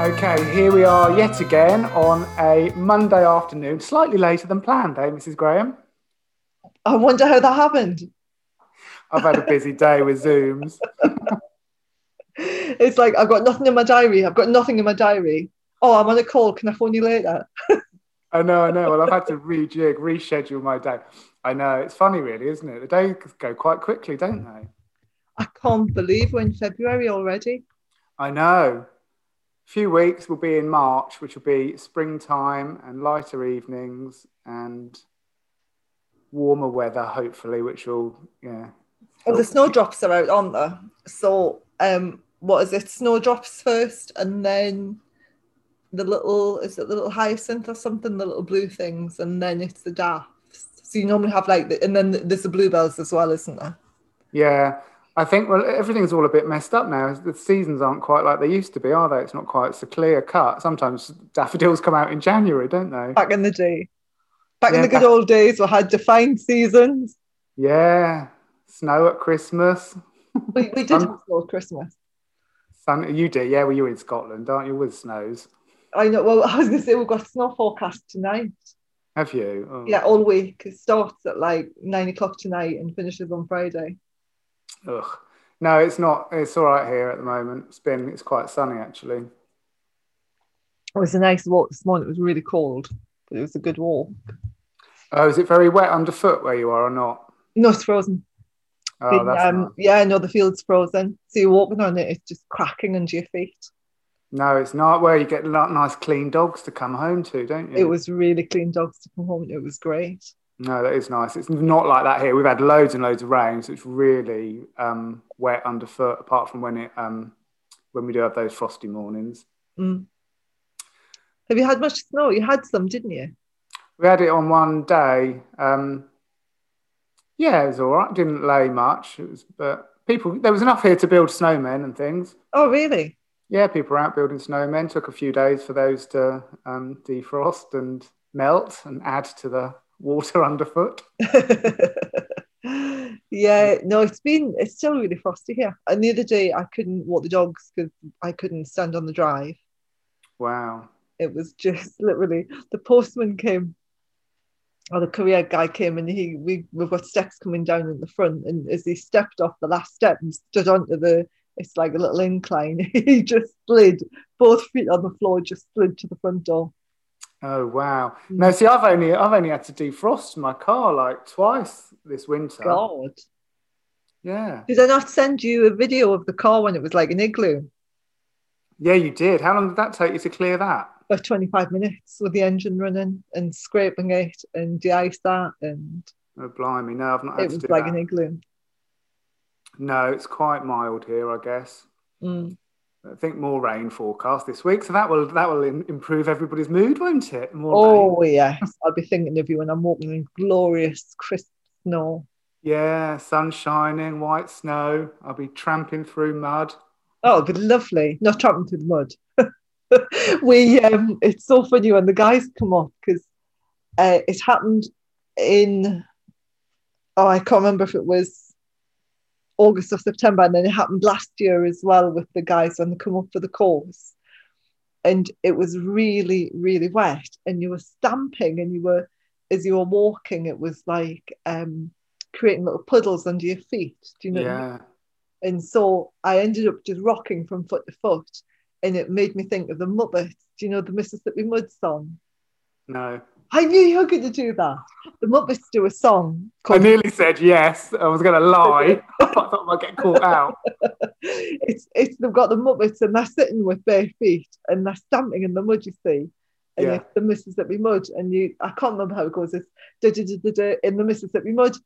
Okay, here we are yet again on a Monday afternoon, slightly later than planned, eh, Mrs. Graham? I wonder how that happened. I've had a busy day with Zooms. It's like I've got nothing in my diary. I've got nothing in my diary. Oh, I'm on a call. Can I phone you later? I know, I know. Well, I've had to rejig, reschedule my day. I know. It's funny, really, isn't it? The days go quite quickly, don't they? I can't believe we're in February already. I know. Few weeks will be in March, which will be springtime and lighter evenings and warmer weather, hopefully, which will, yeah. Well, the snowdrops are out, aren't there? So, um, what is it? Snowdrops first, and then the little is it the little hyacinth or something? The little blue things, and then it's the daffs. So you normally have like, the, and then there's the bluebells as well, isn't there? Yeah, I think well everything's all a bit messed up now. The seasons aren't quite like they used to be, are they? It's not quite so clear cut. Sometimes daffodils come out in January, don't they? Back in the day, back in Yeah, the good back- old days, we had defined seasons. Yeah, snow at Christmas. We, we did Um, have snow at Christmas. Sun, you do, yeah. Well, you're in Scotland, aren't you? With snows, I know. Well, I was going to say we've got snow forecast tonight. have you? Oh. Yeah, all week. It starts at like nine o'clock tonight and finishes on Friday. Ugh. No, it's not. It's all right here at the moment. It's been. It's quite sunny actually. It was a nice walk this morning. It was really cold, but it was a good walk. Oh, is it very wet underfoot where you are or not? No, it's frozen. Oh, that's um, nice. Yeah, no, the field's frozen. So you're walking on it, it's just cracking under your feet. no, it's not. Where you get lo- nice clean dogs to come home to, don't you? It was really clean dogs to come home. and It was great. No, that is nice. It's not like that here. We've had loads and loads of rain, so it's really um, wet underfoot. Apart from when it um, when we do have those frosty mornings. Mm. Have you had much snow? You had some, didn't you? We had it on one day. Um, yeah, it was all right. Didn't lay much. It was, but people there was enough here to build snowmen and things. Oh, really? Yeah, people were out building snowmen. Took a few days for those to um, defrost and melt and add to the water underfoot. yeah, no, it's been it's still really frosty here. And the other day I couldn't walk the dogs because I couldn't stand on the drive. Wow. It was just literally the postman came, or the courier guy came, and he we we've got steps coming down in the front, and as he stepped off the last step and stood onto the it's like a little incline, he just slid both feet on the floor, just slid to the front door. Oh wow. No, Mm. see, I've only I've only had to defrost my car like twice this winter. God, Yeah. did I not send you a video of the car when it was like an igloo? Yeah, you did. How long did that take you to clear that? about 25 minutes with the engine running and scraping it and de-ice that and Oh blimey, no, I've not had it to was do like that. an igloo. No, it's quite mild here, I guess. Mm. I think more rain forecast this week, so that will that will im- improve everybody's mood, won't it? More rain. Oh yes, I'll be thinking of you when I'm walking in glorious crisp snow. Yeah, sun shining, white snow. I'll be tramping through mud. Oh, it'll be lovely. Not tramping through the mud. we um, it's so funny when the guys come off because uh, it happened in oh I can't remember if it was August or September, and then it happened last year as well with the guys when they come up for the course, and it was really really wet, and you were stamping, and you were as you were walking, it was like um, creating little puddles under your feet. Do you know? what I mean? Yeah. And so I ended up just rocking from foot to foot. And it made me think of the Muppets. Do you know the Mississippi Mud song? No. I knew you were going to do that. The Muppets do a song I called nearly said yes. I was gonna lie. I thought I might get caught out. it's, it's they've got the Muppets and they're sitting with bare feet and they're stamping in the mud, you see. And Yeah. it's the Mississippi mud. And you I can't remember how it goes, it's da, da, da, da, da, in the Mississippi mud.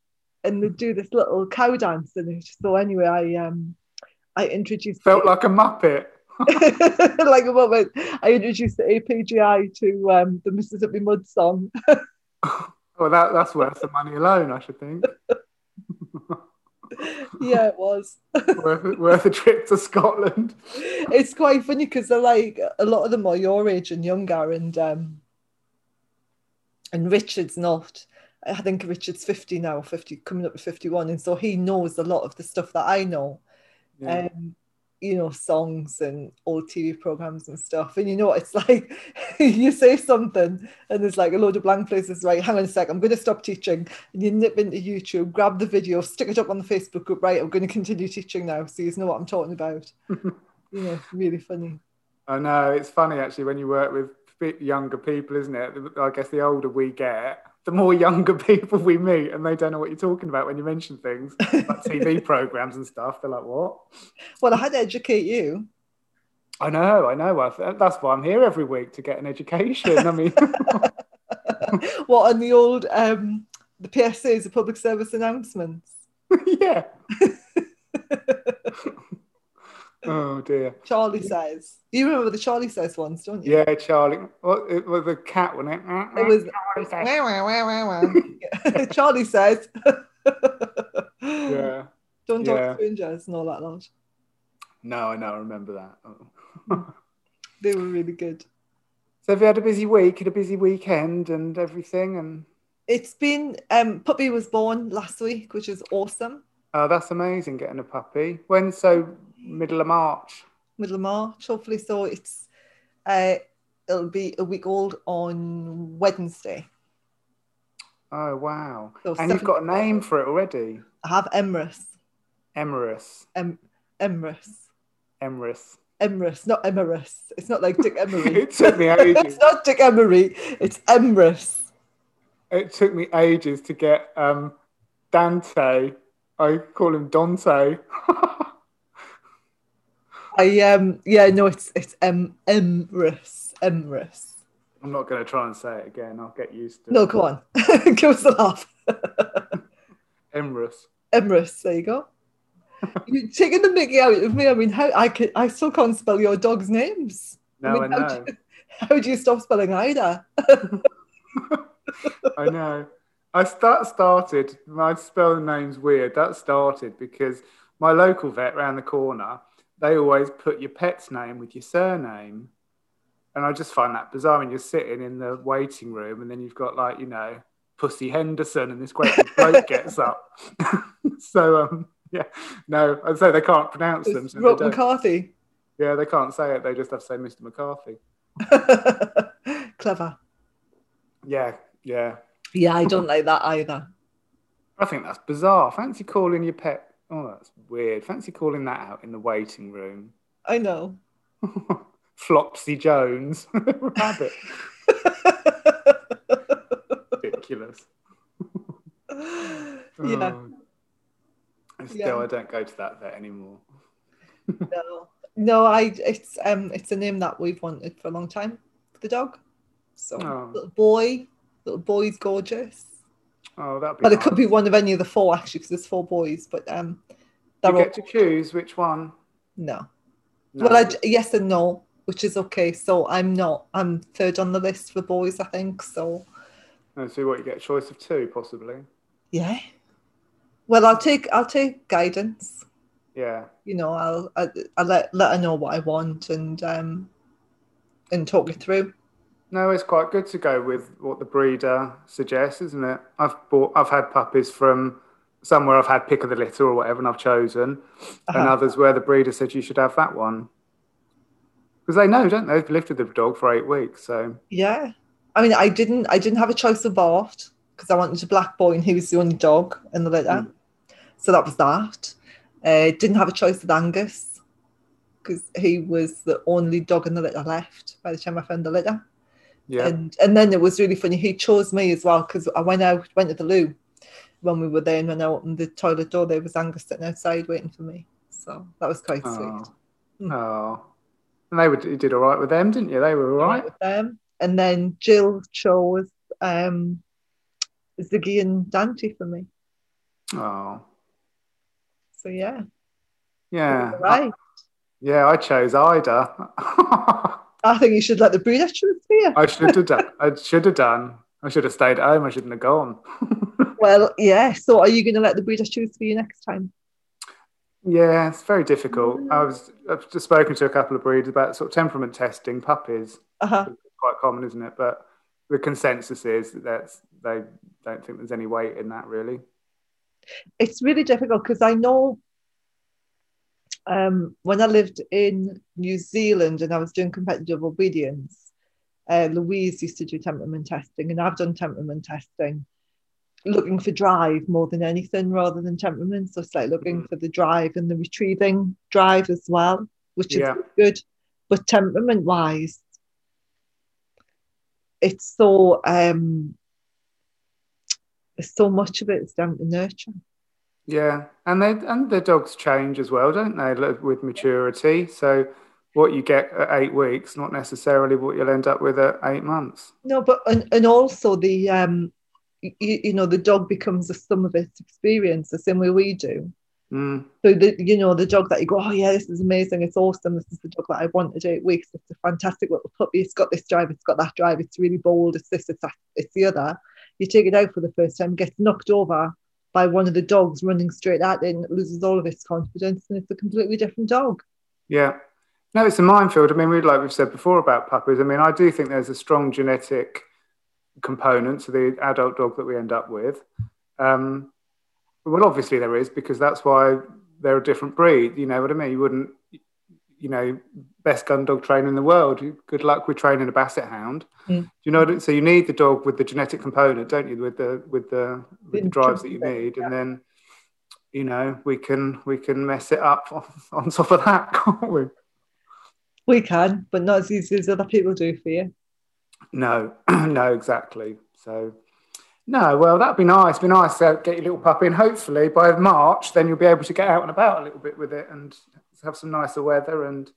And they do this little cow dance in it. So anyway, I um I introduced Felt like a Muppet. like a moment I introduced the APGI to um, the Mississippi Mud song. Well, that, that's worth the money alone, I should think. yeah, it was. worth, worth a trip to Scotland. It's quite funny because they're like a lot of them are your age and younger, and um, and Richard's not. I think Richard's fifty now, fifty coming up to fifty-one, and so he knows a lot of the stuff that I know. Yeah. Um, you know, songs and old TV programs and stuff. And you know, it's like you say something and there's like a load of blank places, right? Hang on a sec, I'm going to stop teaching. And you nip into YouTube, grab the video, stick it up on the Facebook group, right? I'm going to continue teaching now. So you know what I'm talking about. you know, really funny. I know, it's funny actually when you work with bit younger people, isn't it? I guess the older we get, the more younger people we meet, and they don't know what you're talking about when you mention things like TV programs and stuff. They're like, "What?" Well, I had to educate you. I know, I know. I, that's why I'm here every week to get an education. I mean, well, on the old um, the PSAs, the public service announcements. yeah. Oh dear. Charlie says. You remember the Charlie says ones, don't you? Yeah, Charlie. Well, it was a cat, wasn't it? It was wah, wah, wah, wah, wah. Charlie says. yeah. Don't talk Yeah. to strangers and all that lot. No, I know. I remember that. Oh. They were really good. so have you had a busy week and a busy weekend and everything? And It's been um Puppy was born last week, which is awesome. oh, that's amazing getting a puppy. When? So middle of March. Middle of March, hopefully. So it's uh it'll be a week old on Wednesday. Oh wow! So and you've got a name for it already. I have Emrys. Emerus. Em Emrys. Emerus. Emrys, not Emerus. It's not like Dick Emery. It took me ages. it's not Dick Emery. It's Emrys. it took me ages to get um, Dante. I call him Dante. I um yeah no it's it's um Emrys Emrys. I'm not going to try and say it again. I'll get used to No, it. come on, give us a laugh. Emrys. Emrys, there you go. You're taking the Mickey out of me. I mean, how I can I still can't spell your dog's names. I No, I, mean, how know. do How do you stop spelling either? I know. I start started. I spell the names weird. That started because my local vet round the corner. They always put your pet's name with your surname, and I just find that bizarre. When you're sitting in the waiting room, and then you've got like you know Pussy Henderson, and this great big bloke gets up. so um, yeah, no, I'd say they can't pronounce them. It's So Rob they don't. McCarthy. Yeah, they can't say it. They just have to say Mr. McCarthy. Clever. Yeah, yeah. Yeah, I don't like that either. I think that's bizarre. Fancy calling your pet. Oh, that's weird. Fancy calling that out in the waiting room. I know. Flopsy Jones. Rabbit. Ridiculous. yeah. Oh. And Still, Yeah. I don't go to that vet anymore. No, no, I it's um it's a name that we've wanted for a long time for the dog. So Oh. little boy, little boy's gorgeous. Oh, that'd be. But it nice. could be one of any of the four actually, because there's four boys. But um, they're You all get to choose which one. no. No. Well, I d yes and no, which is okay. So I'm not. I'm third on the list for boys, I think. So No, so what? You get a choice of two, possibly. yeah. Well, I'll take I'll take guidance. Yeah. you know, I'll I, I let let her know what I want and um and talk it through. No, it's quite good to go with what the breeder suggests, isn't it? I've bought, I've had puppies from somewhere I've had pick of the litter or whatever, and I've chosen, and Uh-huh. others where the breeder said you should have that one because they know, don't they? They've lived with the dog for eight weeks, so Yeah, I mean, I didn't I didn't have a choice of Bart because I wanted a black boy and he was the only dog in the litter, Mm. so that was that. Uh, didn't have a choice of Angus because he was the only dog in the litter left by the time I found the litter. yeah, And and then it was really funny. He chose me as well because I went out, went to the loo when we were there, and when I opened the toilet door, there was Angus sitting outside waiting for me. So that was quite oh, sweet. Mm. oh, and they were, you did all right with them, didn't you? They were all right. With them. And then Jill chose um, Ziggy and Dante for me. Oh, So yeah, yeah, right. yeah. I chose Ida. I think you should let the breeder choose for you. I should have done. I should have done. I should have stayed at home. I shouldn't have gone. Well, yeah. So are you going to let the breeder choose for you next time? Yeah, it's very difficult. Mm. I was I've just spoken to a couple of breeds about sort of temperament testing puppies. Uh-huh. Quite common, isn't it? But the consensus is that that's, they don't think there's any weight in that really. It's really difficult because I know um, when I lived in New Zealand and I was doing competitive obedience, uh, Louise used to do temperament testing, and I've done temperament testing, looking for drive more than anything rather than temperament. So it's like looking Mhm. for the drive and the retrieving drive as well, which Yeah. is good. But temperament wise, it's so um, so much of it is down to nurture. Yeah, and they and the dogs change as well, don't they? like, With maturity, so what you get at eight weeks, not necessarily what you'll end up with at eight months. No, but and, and also the um, you, you know, the dog becomes the sum of its experience, the same way we do. Mm, So the you know, the dog that you go, oh yeah, this is amazing, it's awesome, this is the dog that I wanted eight weeks. It's a fantastic little puppy. It's got this drive, it's got that drive. It's really bold. It's this, it's that, it's the other. You take it out for the first time, gets knocked over by one of the dogs running straight at it, and it loses all of its confidence, and it's a completely different dog. yeah, no, it's a minefield. I mean, we like we've said before about puppies. I mean, I do think there's a strong genetic component to the adult dog that we end up with. Um, well, obviously there is because that's why they're a different breed. You know what I mean? You wouldn't, you know, best gun dog trainer in the world. Good luck with training a basset hound. Mm. Do you know? What I- so you need the dog with the genetic component, don't you? With the with the with the drives that you need, and then you know we can we can mess it up on, on top of that, can't we? We can, but not as easy as other people do for you. No, no, exactly. So, no, well, that'd be nice. Be nice to get your little puppy, and hopefully by March, then you'll be able to get out and about a little bit with it and have some nicer weather and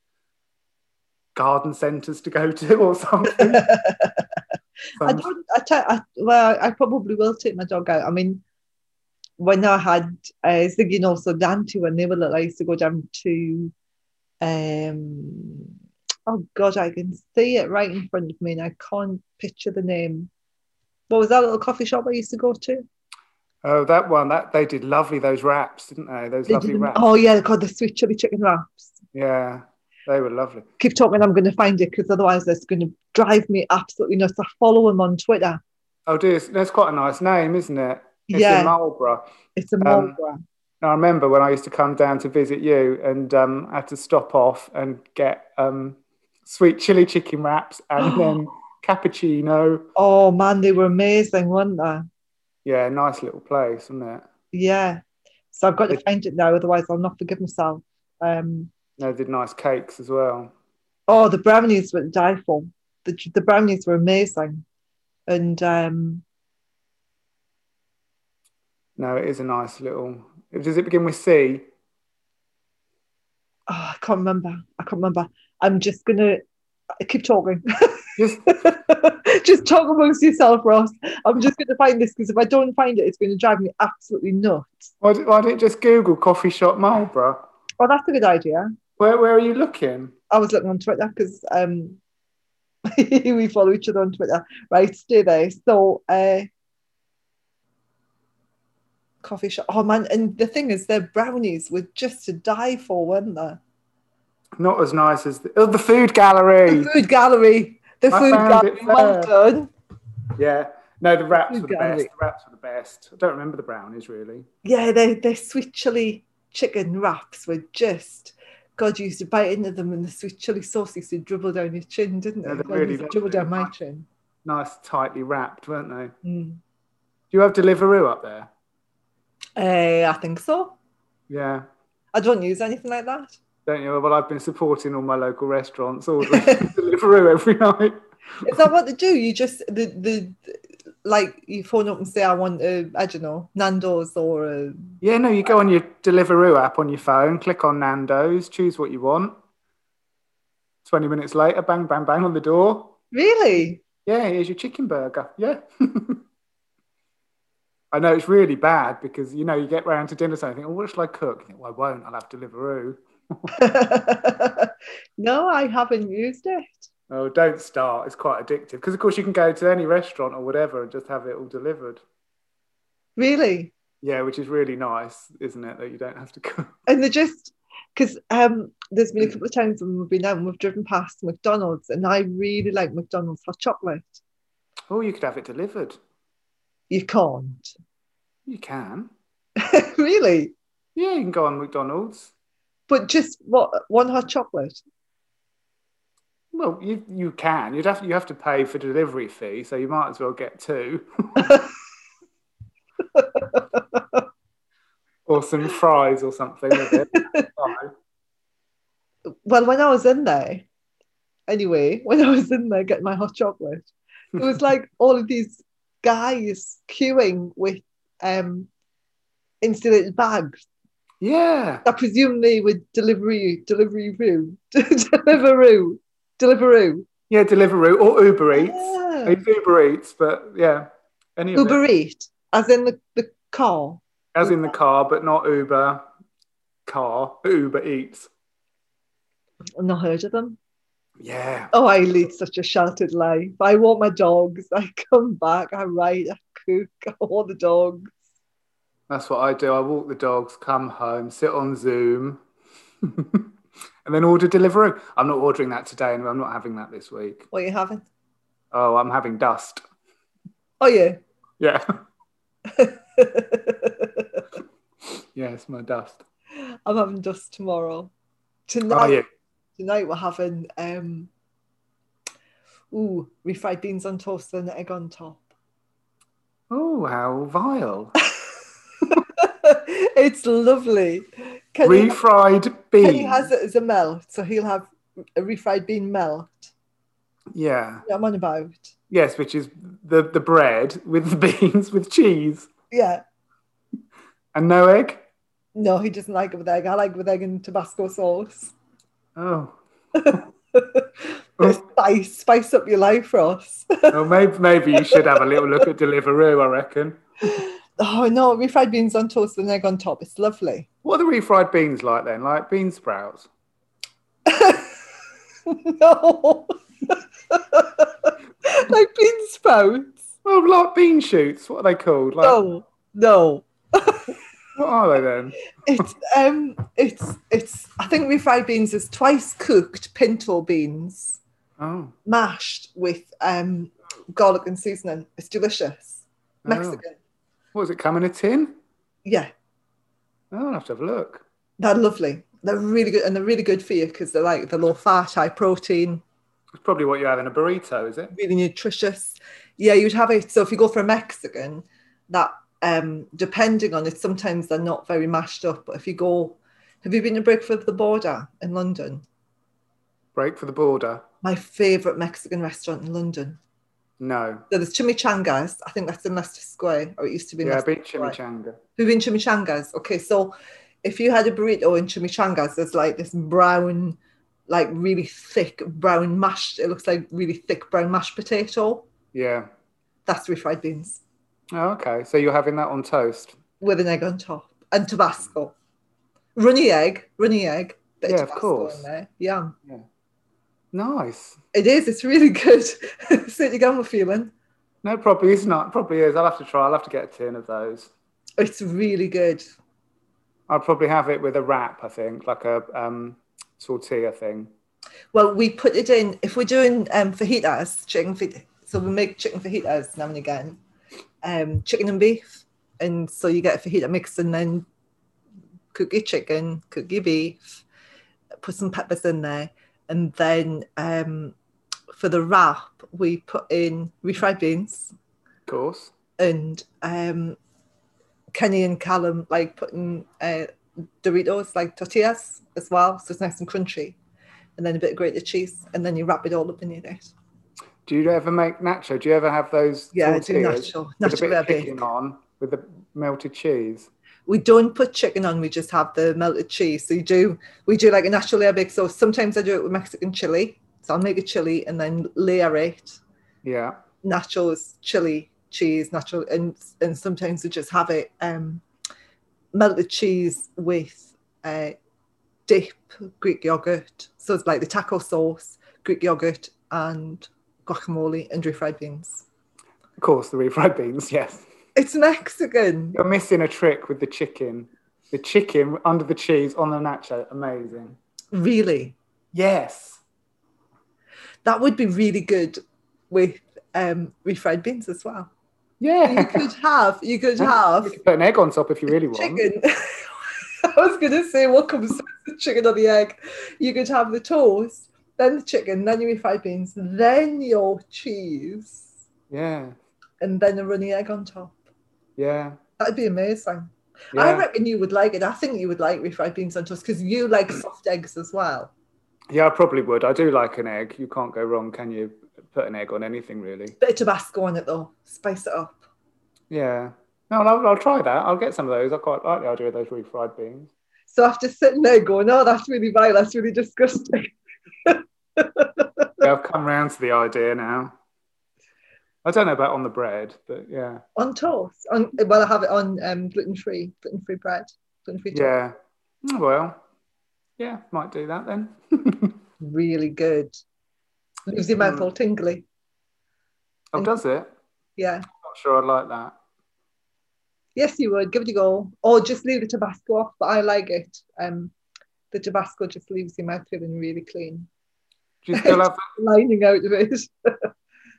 garden centres to go to or something. I Some- don't. I, ta- I well, I probably will take my dog out. I mean, when I had uh, Ziggy and also Dante when they were little, I used to go down to, um, oh God, I can see it right in front of me, and I can't picture the name. What was that little coffee shop I used to go to? oh, that one that they did lovely those wraps, didn't they? Those They lovely didn't- wraps. oh yeah, God, the sweet chili chicken wraps. Yeah, they were lovely. Keep talking, I'm going to find it because otherwise it's going to drive me absolutely nuts. I follow him on Twitter. Oh dear, that's quite a nice name, isn't it? It's Um, in yeah, Marlborough. it's a Marlborough. I remember when I used to come down to visit you and um, I had to stop off and get um, sweet chili chicken wraps and then cappuccino. oh man, they were amazing, weren't they? Yeah, nice little place, isn't it? Yeah. So I've got to It- find it now, otherwise I'll not forgive myself. Um, They did nice cakes as well. oh, the brownies were to die for. The, the brownies were amazing. And um, No, it is a nice little. Does it begin with C? oh, I can't remember. I can't remember. I'm just going to keep talking. Just just talk amongst yourself, Ross. I'm just going to find this because if I don't find it, it's going to drive me absolutely nuts. why, di- why didn't just Google coffee shop Marlborough? Oh, that's a good idea. Where where are you looking? I was looking on Twitter because um, we follow each other on Twitter. Right, stay there. So, uh, coffee shop. Oh man, and the thing is, their brownies were just to die for, weren't they? Not as nice as the, oh, the food The gallery. food gallery. The I food found gallery. it Well there. done. Yeah. No, the wraps food were the gallery. best. The wraps were the best. I don't remember the brownies really. Yeah, their their sweet chili chicken wraps were just. God, you used to bite into them, and the sweet chili sauce used to dribble down your chin, didn't Yeah, it? they God, it really used to dribble lovely. down my chin. Nice, tightly wrapped, weren't they? Mm. Do you have Deliveroo up there? Eh, I think so. Yeah, I don't use anything like that. don't you? Well, I've been supporting all my local restaurants ordering Deliveroo every night. Is that what they do? You just the the like you phone up and say I want a I don't know Nando's or a Yeah, no, you go on your Deliveroo app on your phone, click on Nando's, choose what you want. 20 minutes later, bang, bang, bang on the door. really Yeah, here's your chicken burger. Yeah. I know it's really bad because, you know, you get round to dinner time and think, oh, what shall I cook? You think, well, I won't. I'll have Deliveroo. no I haven't used it Oh, don't start. It's quite addictive because, of course, you can go to any restaurant or whatever and just have it all delivered. really Yeah, which is really nice, isn't it? That you don't have to cook. and they just because um there's been a couple of times when we've been out and we've driven past McDonald's and I really like McDonald's hot chocolate Oh, you could have it delivered. you can't You can. really Yeah, you can go on McDonald's. But just what one hot chocolate. Well, you you can. You'd have you have to pay for delivery fee, so you might as well get two. or some fries or something with it. Fine. Well, when I was in there, anyway, when I was in there getting my hot chocolate, it was like all of these guys queuing with um, insulated bags. yeah. I presume they were delivery, delivery room, deliveroo, deliveroo. Yeah, Deliveroo or Uber Eats. Yeah. It's Uber Eats, but yeah. Any of it. Uber Eat, as in the, the car. As in the car, but not Uber car. Uber Eats. I've not heard of them. Yeah. Oh, I lead such a sheltered life. I walk my dogs. I come back. I write. I cook. I walk the dogs. That's what I do. I walk the dogs, come home, sit on Zoom, and then order Deliveroo. I'm not ordering that today, and I'm not having that this week. What you having? Oh, I'm having dust. Oh yeah. Yeah. yes, my dust. I'm having dust tomorrow. Tonight, Are you? tonight we're having um, ooh, refried beans on toast and egg on top. Oh, how vile. it's lovely. Kenny, Refried Kenny beans. has it as a melt, so he'll have a refried bean melt. Yeah. Yeah, I'm on about. Yes, which is the, the bread with the beans with cheese Yeah. and no egg. No, he doesn't like it with egg. I like it with egg and Tabasco sauce. Oh. Bit of spice, spice up your life, Ross. Well, maybe, maybe you should have a little look at Deliveroo, I reckon. oh no, refried beans on toast with an egg on top. It's lovely. What are the refried beans like then? Like bean sprouts? no. like bean sprouts. Oh, like bean shoots. What are they called? Like, No, no. What are they then? It's um it's it's I think refried beans is twice cooked pinto beans Oh. mashed with um garlic and seasoning. It's delicious. Oh. Mexican. What does it come in a tin? Yeah. Oh, I'll have to have a look. They're lovely. They're really good, and they're really good for you because they're like the low fat, high protein, It's probably what you have in a burrito, is it? really nutritious. Yeah, you'd have it. So if you go for a Mexican, that um, depending on it, sometimes they're not very mashed up. But if you go, have you been to Breakfast of the Border in London? Break for the border? My favourite Mexican restaurant in London. No. So there's Chimichangas. I think that's in Leicester Square, or it used to be. in Yeah, Leicester beat Square. chimichanga. We've been chimichangas. Okay, so if you had a burrito in chimichangas, there's like this brown, like really thick brown mashed. It looks like really thick brown mashed potato. Yeah. That's refried beans Oh, okay. So you're having that on toast? with an egg on top and Tabasco. Runny egg, runny egg. bit Yeah, of Tabasco course. In there. Yeah, Nice. it is. It's really good. Sit your gamma feeling. No, probably is not. Probably is. I'll have to try. I'll have to get a tin of those. It's really good. I'll probably have it with a wrap, I think, like a um, tortilla thing. Well, we put it in if we're doing um, fajitas, chicken fajitas. So we make chicken fajitas now and again, um, chicken and beef, and so you get a fajita mix and then cook your chicken, cook your beef, put some peppers in there, and then um, for the wrap we put in refried beans Of course. and um, Kenny and Callum like putting uh, Doritos like tortillas as well, so it's nice and crunchy, and then a bit of grated cheese, and then you wrap it all up in your net. Do you ever make nacho? Do you ever have those? Yeah, I do tortillas nacho, with nacho a bit of verde. chicken on with the melted cheese. We don't put chicken on; we just have the melted cheese. So you do, we do like a nacho layer bake. So sometimes I do it with Mexican chili. So I'll make a chili and then layer it Yeah. nachos, chili, cheese, nacho, and and sometimes we just have it um, melted cheese with uh, dip, Greek yogurt. So it's like the taco sauce, Greek yogurt, and guacamole and refried beans. Of course, the refried beans. Yes. It's Mexican. You're missing a trick with the chicken. The chicken under the cheese on the nacho. Amazing. Really, Yes. that would be really good with um, refried beans as well. You Yeah. could have, you could have You could put an egg on top if you really want. chicken. I was going to say what comes the chicken or the egg. You could have the toast, then the chicken, then your refried beans, then your cheese, Yeah. and then a runny egg on top. Yeah. That'd be amazing. Yeah. I reckon you would like it. I think you would like refried beans on toast because you like soft eggs as well. yeah, I probably would. I do like an egg. You can't go wrong, can you? Put an egg on anything, really. Bit of Tabasco on it though, spice it up. Yeah. No, I'll, I'll try that. I'll get some of those. I quite like the idea of those refried beans. So after sitting there going, oh, that's really vile, that's really disgusting. Yeah, I've come round to the idea now. I don't know about on the bread, but yeah. On toast, on well, I have it on um, gluten free, gluten free bread, gluten free. Yeah. Hmm. Mm, Well, yeah, might do that then. Oh, really good. Leaves your mouth all tingly. oh, does it? Yeah. Not sure I'd like that. Yes, you would. Give it a go. Or just leave the Tabasco off, but I like it. Um, the Tabasco just leaves your mouth feeling really clean. Do you still have? Lining out of it.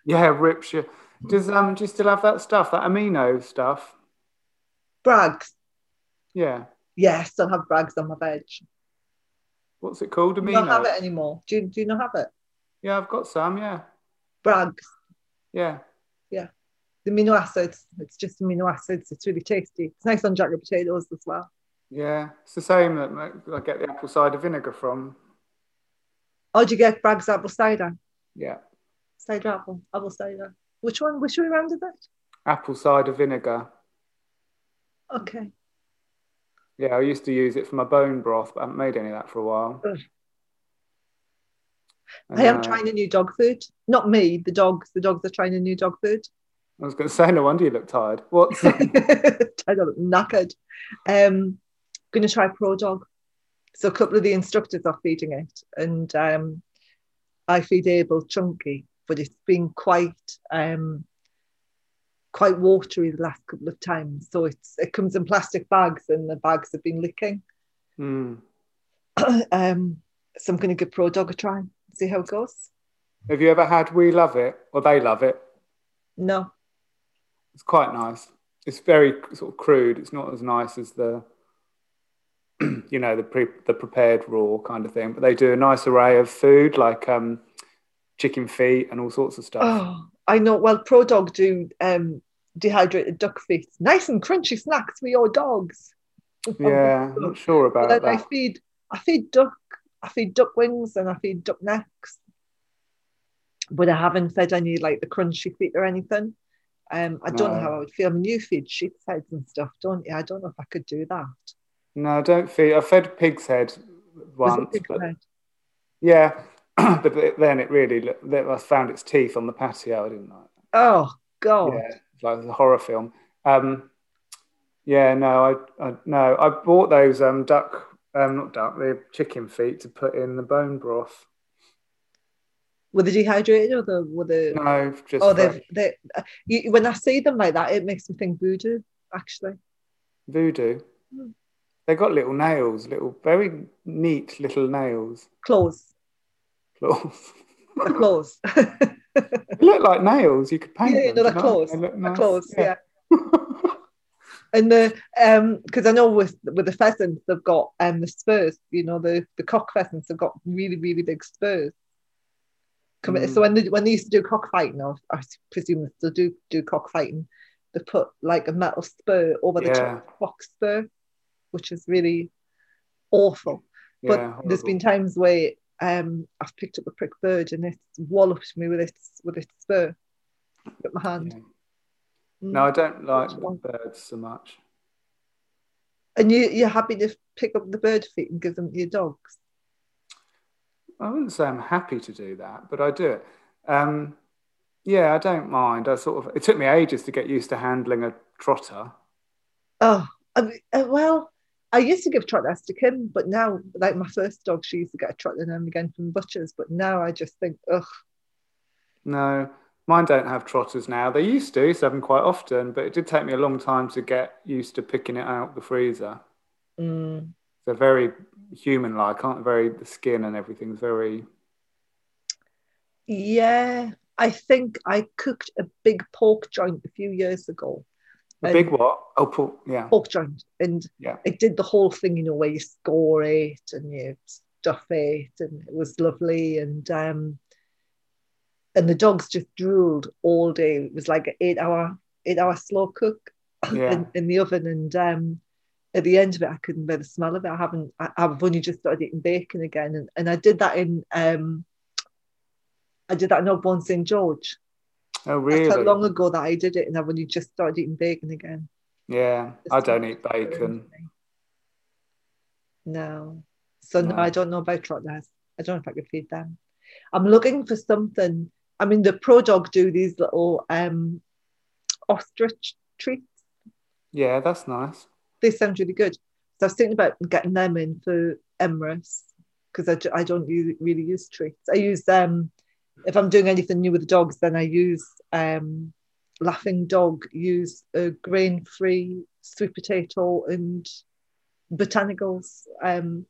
yeah, rips you. Does um? Do you still have that stuff? That amino stuff? Brags. Yeah. Yes, I'll have brags on my veg. What's it called? I Amino. don't have it anymore. Do you, do you not have it? Yeah, I've got some. Yeah. Brags. Yeah. The amino acids. It's just amino acids. It's really tasty. It's nice on jacket potatoes as well. Yeah. It's the same that ma- I get the apple cider vinegar from. Or do you get brags apple cider? Yeah. Cider apple. Apple cider. Which one? Which way round is it? Apple cider vinegar. Okay. Yeah, I used to use it for my bone broth, but I haven't made any of that for a while. Ugh. And, I am uh, trying a new dog food. Not me, the dogs. The dogs are trying a new dog food. I was going to say, no wonder you look tired. What's I don't knackered. Um, going to try Pro Dog. So a couple of the instructors are feeding it, and um, I feed Abel chunky, but it's been quite um, quite watery the last couple of times. So it's it comes in plastic bags, and the bags have been leaking. Hmm. um, so I'm going to give Pro Dog a try, see how it goes. Have you ever had We Love It or They Love It? No, It's quite nice. It's very sort of crude. It's not as nice as the, you know, the pre- the prepared raw kind of thing. But they do a nice array of food like um, chicken feet and all sorts of stuff. Oh, I know. Well, Pro Dog do um, dehydrated duck feet. Nice and crunchy snacks for your dogs. oh yeah, I'm not sure But about then I that. feed, I feed duck, I feed duck wings and I feed duck necks. But I haven't fed any like the crunchy feet or anything. Um, I don't know No. how I would feel. I mean, you feed sheep's heads and stuff, don't you? I don't know if I could do that. No, I don't feed. I fed pig's head Was it once. pig's but- head? yeah, but th- then it really looked- then I found its teeth on the patio. I didn't like. Oh God! Yeah, it's like a horror film. Um, yeah, no, I, I no, I bought those um, duck, um, not duck, the chicken feet to put in the bone broth. Were they dehydrated or the were the? No, just oh, fresh they they. Uh, you, when I see them like that, it makes me think voodoo. Actually. voodoo. Hmm. They got little nails, little very neat little nails. Clothes. Claws. The clothes. they look like nails. You could paint Yeah, them. no, they're can't claws. They look the nice. clothes, yeah. Yeah. And the um because I know with with the pheasants they've got um the spurs, you know, the the cock pheasants have got really, really big spurs. Come in- Mm. So when they when they used to do cockfighting, or I presume they still do do cockfighting, they put like a metal spur over the top Yeah. of the cock spur, which is really awful. But yeah, there's horrible. been times where um, I've picked up a prick bird and it's walloped me with its with its spur at my hand. Mm. Yeah. No, I don't like the birds so much. And you you're happy to pick up the bird feet and give them to your dogs? I wouldn't say I'm happy to do that, but I do it. Um, yeah, I don't mind. I sort of it took me ages to get used to handling a trotter. Oh, I mean, uh, well, I used to give trotters to Kim, but now like my first dog, she used to get a trotter now and again from butchers, but now I just think, ugh, No, mine don't have trotters now. They used to, so I have them quite often, but it did take me a long time to get used to picking it out the freezer. mm, They're very human-like, aren't they? Very the skin and everything's very. yeah. I think I cooked a big pork joint a few years ago, The big what? Oh, pork. Yeah. pork joint. And Yeah. it did the whole thing, you know, where you score it and you stuff it, and it was lovely. And um, and the dogs just drooled all day. It was like an eight hour eight hour slow cook Yeah. in, in the oven. And um, at the end of it, I couldn't bear the smell of it. I haven't. I, I've only just started eating bacon again, and, and I did that in. Um, I did that in Ogborn St George. Oh, That's how really? long ago that I did it, and I've only just started eating bacon again. yeah. It's I don't not eat bacon. No. So no, No. I don't know about trotters. I don't know if I could feed them. I'm looking for something. I mean, the pro dog do these little um, ostrich treats. Yeah, that's nice. They sound really good. So I was thinking about getting them in for Emirates because I, ju- I don't u- really use treats. I use um, if I'm doing anything new with the dogs, then I use um, laughing dog, use a grain free sweet potato and botanicals. Um,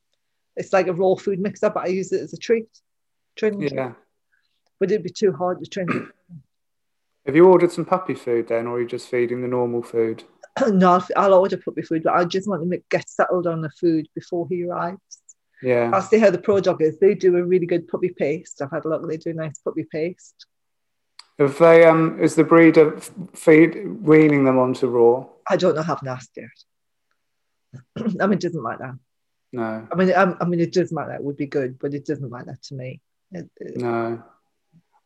it's like a raw food mixer, but I use it as a treat. Train, Yeah. Would it be too hard to train? Have you ordered some puppy food then, or are you just feeding the normal food? no, I'll, I'll order puppy food, but I just want to make, get settled on the food before he arrives. Yeah. I'll see how the pro dog is. They do a really good puppy paste. I've had a look. They do nice puppy paste. Have they? Um, is the breeder f- feed weaning them onto raw? I don't know. I haven't asked yet. I mean, it doesn't matter. No. I mean, um, I, I mean, it does matter. It would be good, but it doesn't matter to me. It, it, No.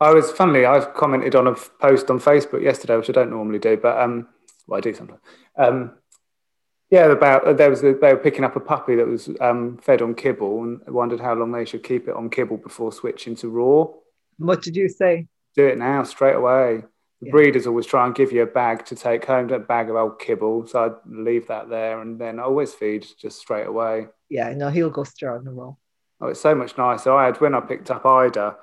I was funnily, I've commented on a f- post on Facebook yesterday, which I don't normally do, but um, well, I do sometimes. Um, yeah, about uh, there was a, they were picking up a puppy that was um, fed on kibble and wondered how long they should keep it on kibble before switching to raw. what did you say? Do it now, straight away. The Yeah. breeders always try and give you a bag to take home, a bag of old kibble. So I'd leave that there and then always feed just straight away. Yeah, no, he'll go straight on the roll. Oh, it's so much nicer. I had when I picked up Ida,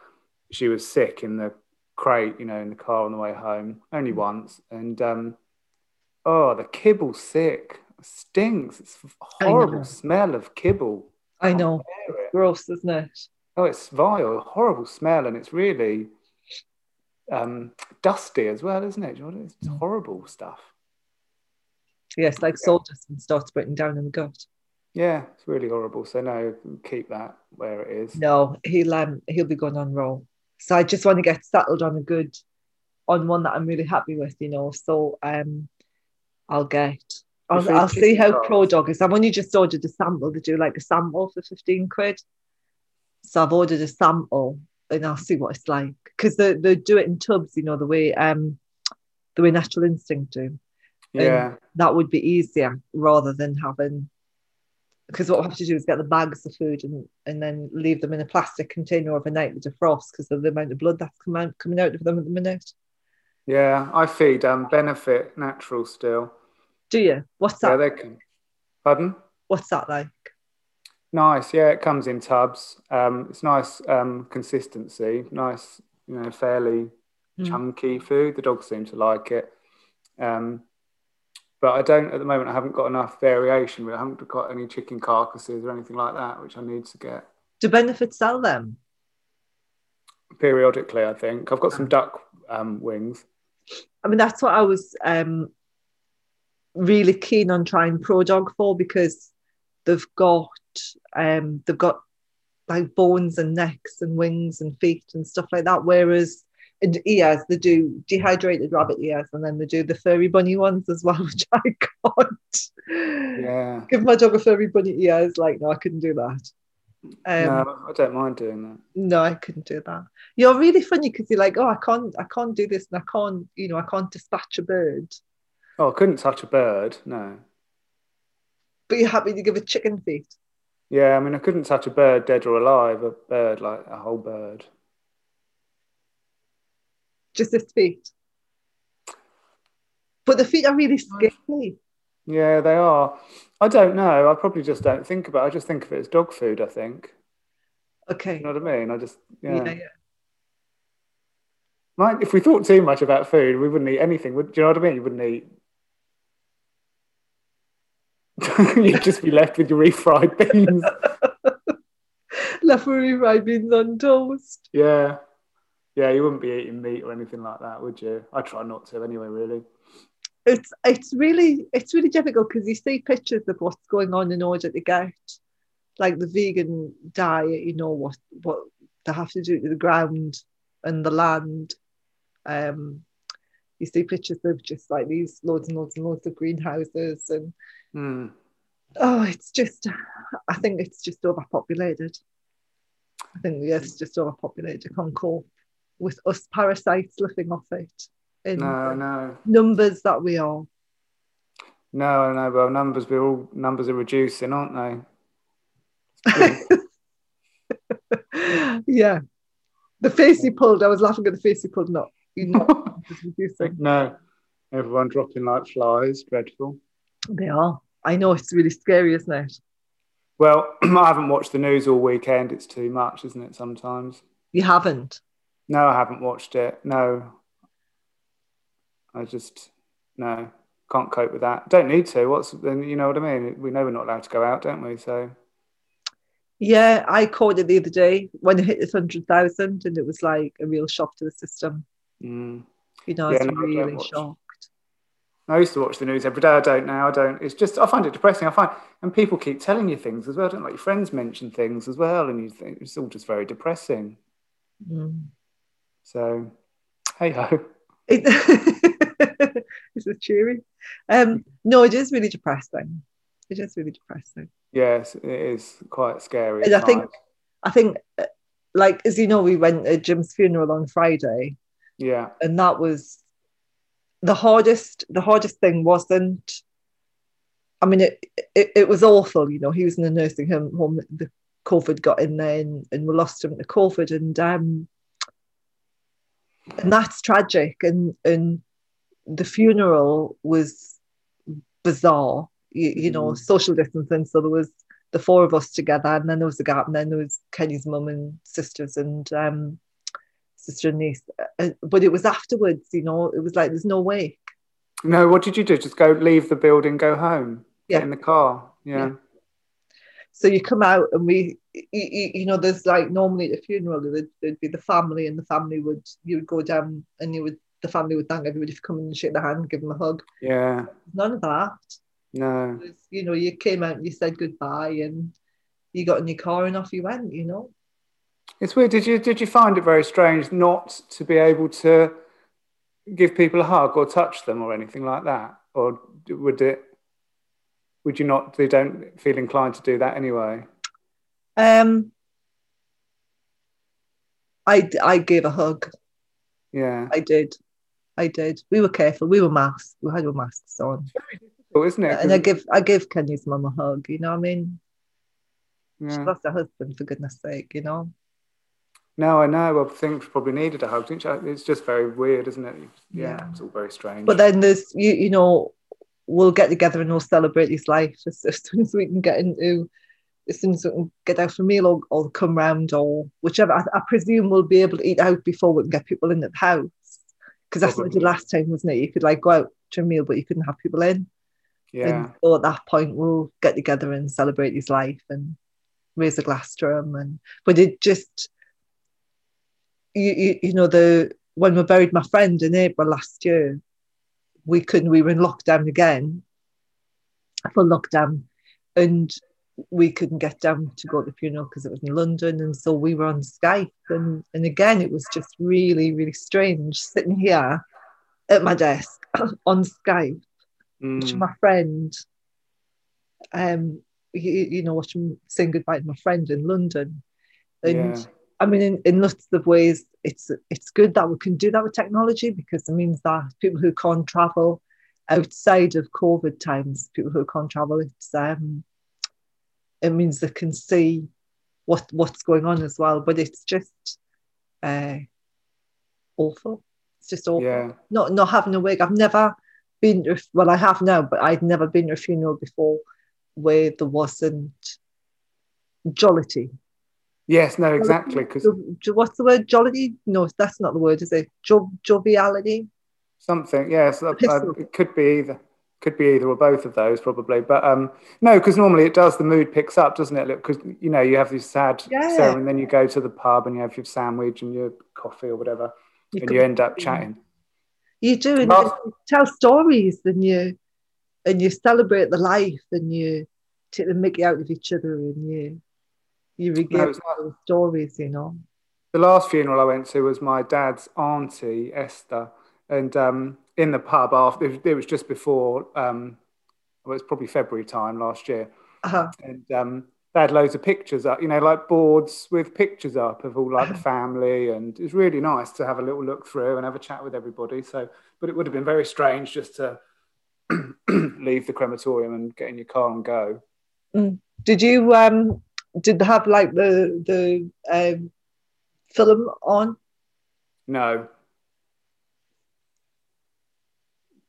she was sick in the crate, you know, in the car on the way home, Mm. only once. And um, oh, the kibble's sick. It stinks. It's a I know. horrible smell of kibble. I Can't know. bear it. Gross, isn't it? Oh, it's vile, horrible smell, and it's really um, dusty as well, isn't it? Jordan? It's Mm. horrible stuff. Yes, like sawdust and starts breaking down in the gut. Yeah, it's really horrible. So no, keep that where it is. No, he'll um, he'll be going on roll. So I just want to get settled on a good, on one that I'm really happy with, you know. So um, I'll get. I'll, think I'll see it's how got- Pro Dog is. I've only just ordered a sample. They do like a sample for 15 quid. So I've ordered a sample and I'll see what it's like. Because they, they do it in tubs, you know, the way um the way natural instinct do. Yeah, That would be easier rather than having because what we have to do is get the bags of food and, and then leave them in a plastic container overnight to defrost because of the amount of blood that's come out, coming out of them at the minute. yeah. I feed um, benefit natural still. Do you? What's Yeah, that? they can. Pardon? What's that like? Nice. Yeah, it comes in tubs. Um, it's nice um, consistency. Nice, you know, fairly Hmm. Mm. chunky food. The dogs seem to like it. Um, but I don't at the moment. I haven't got enough variation. I haven't got any chicken carcasses or anything like that, which I need to get Do benefits sell them? periodically. I think I've got some duck um, wings. I mean, that's what I was um, really keen on trying Pro Dog for because they've got um, they've got like bones and necks and wings and feet and stuff like that. Whereas and ears, they do dehydrated rabbit ears, and then they do the furry bunny ones as well, which I can't. Yeah. Give my dog a furry bunny ears, like no, I couldn't do that. Um, no, I don't mind doing that. no, I couldn't do that. You're really funny because you're like, oh, I can't, I can't do this, and I can't, you know, I can't dispatch a bird. Oh, I couldn't touch a bird. No. But you're happy to give a chicken feet. Yeah, I mean, I couldn't touch a bird, dead or alive. A bird, like a whole bird. Just his feet. But the feet are really skinny. Yeah, they are. I don't know. I probably just don't think about it. I just think of it as dog food, I think. Okay. You know what I mean? I just, yeah. Yeah. yeah. Mind- if we thought too much about food, we wouldn't eat anything. Would, do you know what I mean? You wouldn't eat. You'd just be left with your refried beans. Lefary rye beans on toast. Yeah. Yeah, you wouldn't be eating meat or anything like that, would you? I try not to anyway, really. it's it's really it's really difficult because you see pictures of what's going on in order to get like the vegan diet you know what what they have to do to the ground and the land um you see pictures of just like these loads and loads and loads of greenhouses and Mm. oh it's just i think it's just overpopulated i think the earth's just overpopulated you can't cope with us parasites living off it in No, the no, numbers that we are no, no. Well, numbers we're all numbers are reducing, aren't they? yeah. The face he pulled, I was laughing at the face he pulled. Not, you know, just reducing. no, everyone dropping like flies. Dreadful. They are. I know it's really scary, isn't it? Well, I haven't watched the news all weekend. It's too much, isn't it? Sometimes. You haven't. No, I haven't watched it. No, I just no can't cope with that. Don't need to. What's then? You know what I mean? We know we're not allowed to go out, don't we? So Yeah, I caught it the other day when it hit this hundred thousand, and it was like a real shock to the system. mm. You know, I Yeah, was no, I don't really watch. shocked. I used to watch the news every day. I don't now. I don't. It's just I find it depressing. I find and people keep telling you things as well. Don't like your friends mention things as well, and you think it's all just very depressing. Mm. So hey ho. It, this is cheery. Um, no, it is really depressing. It is really depressing. Yes, it is quite scary. And I at think- times. I think, uh, like as you know, we went to Jim's funeral on Friday, yeah, and that was the hardest the hardest thing wasn't i mean it it, it was awful you know he was in the nursing home home the covid got in there and, and we lost him to covid and um and that's tragic and and the funeral was bizarre you, you know Mhm. social distancing so there was the four of us together and then there was a gap and then there was kenny's mum and sisters and um sister and niece uh, but it was afterwards you know it was like there's no way no. What did you do? Just go leave the building, go home. Yeah. Get in the car. Yeah. Yeah. so you come out and we y- y- you know there's like normally at a funeral there'd, there'd be the family and the family would you would go down and you would the family would thank everybody for coming and shake their hand give them a hug Yeah. none of that No. It was, you know you came out and you said goodbye and you got in your car and off you went you know It's weird. Did you did you find it very strange not to be able to give people a hug or touch them or anything like that? Or d- would it? Would you not? They don't feel inclined to do that anyway. um I, d- I gave a hug Yeah. I did I did we were careful we were masked we had our masks on Well, isn't it? and I give I give Kenny's mum a hug you know what I mean she Yeah. lost her husband for goodness sake you know No, I know. I think she probably needed a hug, didn't she? It's just very weird, isn't it? Yeah. Yeah. It's all very strange. But then there's you you know we'll get together and we'll celebrate his life as, as soon as we can get into as soon as we can get out for a meal or, or come round or whichever. I, I presume we'll be able to eat out before we can get people in at the house because that's what we did Probably. last time, wasn't it? You could like go out to a meal, but you couldn't have people in. yeah. And so at that point, we'll get together and celebrate his life and raise a glass to him. And but it just, you you, you know, the when we buried my friend in April last year, we couldn't. We were in lockdown again, for lockdown, and we couldn't get down to go to the funeral because it was in London. And so we were on Skype, and and again, it was just really really strange sitting here at my desk on Skype watching Mm. my friend, um, you, you know, watching saying goodbye to my friend in London, and Yeah. I mean, in, in lots of ways, it's it's good that we can do that with technology because it means that people who can't travel outside of COVID times, people who can't travel, it's um, it means they can see what what's going on as well. But it's just uh, awful. It's just awful Yeah. not not having a wig. I've never been to, well, I have now, but I'd never been to a funeral before where there wasn't jollity. Yes. No. Exactly. Because Jo- jo- What's the word? Jollity? No, that's not the word, is it? Jo- joviality. Something, yes. uh, Pistol. uh, it could be either, could be either or both of those probably. But um, no, because normally it does. The mood picks up, doesn't it? Because you know you have this sad Yeah. ceremony, and then you go to the pub and you have your sandwich and your coffee or whatever, and could you end up be- chatting. You do, and Last- you tell stories, and you and you celebrate the life, and you take the mickey out of each other, and you you regale it's people with stories, you know. the last funeral I went to was my dad's auntie Esther, and um, in the pub after it was just before, um, well, it's probably February time last year, Uh-huh. and um, they had loads of pictures up, you know, like boards with pictures up of all like the family, and it was really nice to have a little look through and have a chat with everybody. So, but it would have been very strange just to leave the crematorium and get in your car and go. Did you um did they have like the the um film on? No.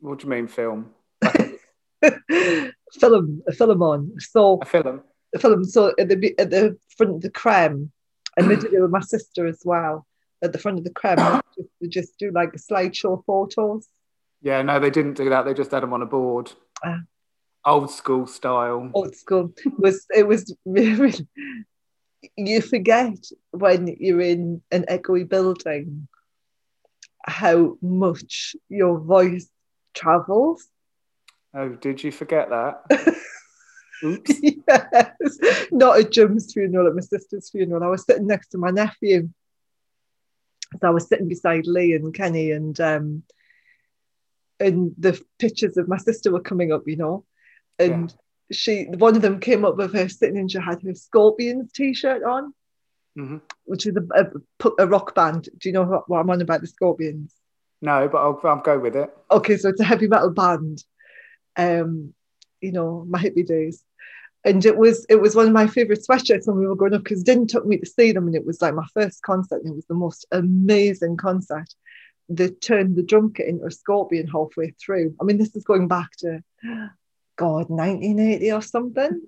What do you mean, film? film a film on. So A film? the film. So at the be- at the front of the creme, and they did it with my sister as well. At the front of the creme, they just, they just do like slideshow photos. Yeah, no, they didn't do that. They just had them on a board, Ah. old school style. Old school It was it was really. You forget when you're in an echoey building how much your voice travels. Oh, did you forget that? Oops. yes, not at Jim's funeral, at my sister's funeral. I was sitting next to my nephew. So I was sitting beside Lee and Kenny, and um, and the pictures of my sister were coming up, you know, and she one of them came up with her sitting and she had her Scorpions t-shirt on, hmm which is a, a, a rock band. Do you know what, what I'm on about? The Scorpions. No, but I'll, I'll go with it. okay, so it's a heavy metal band. Um, you know, my hippie days. And it was it was one of my favourite sweatshirts when we were growing up because Din took me to see them and it was like my first concert and it was the most amazing concert. They turned the drum kit into a scorpion halfway through. I mean, this is going back to God, 1980 or something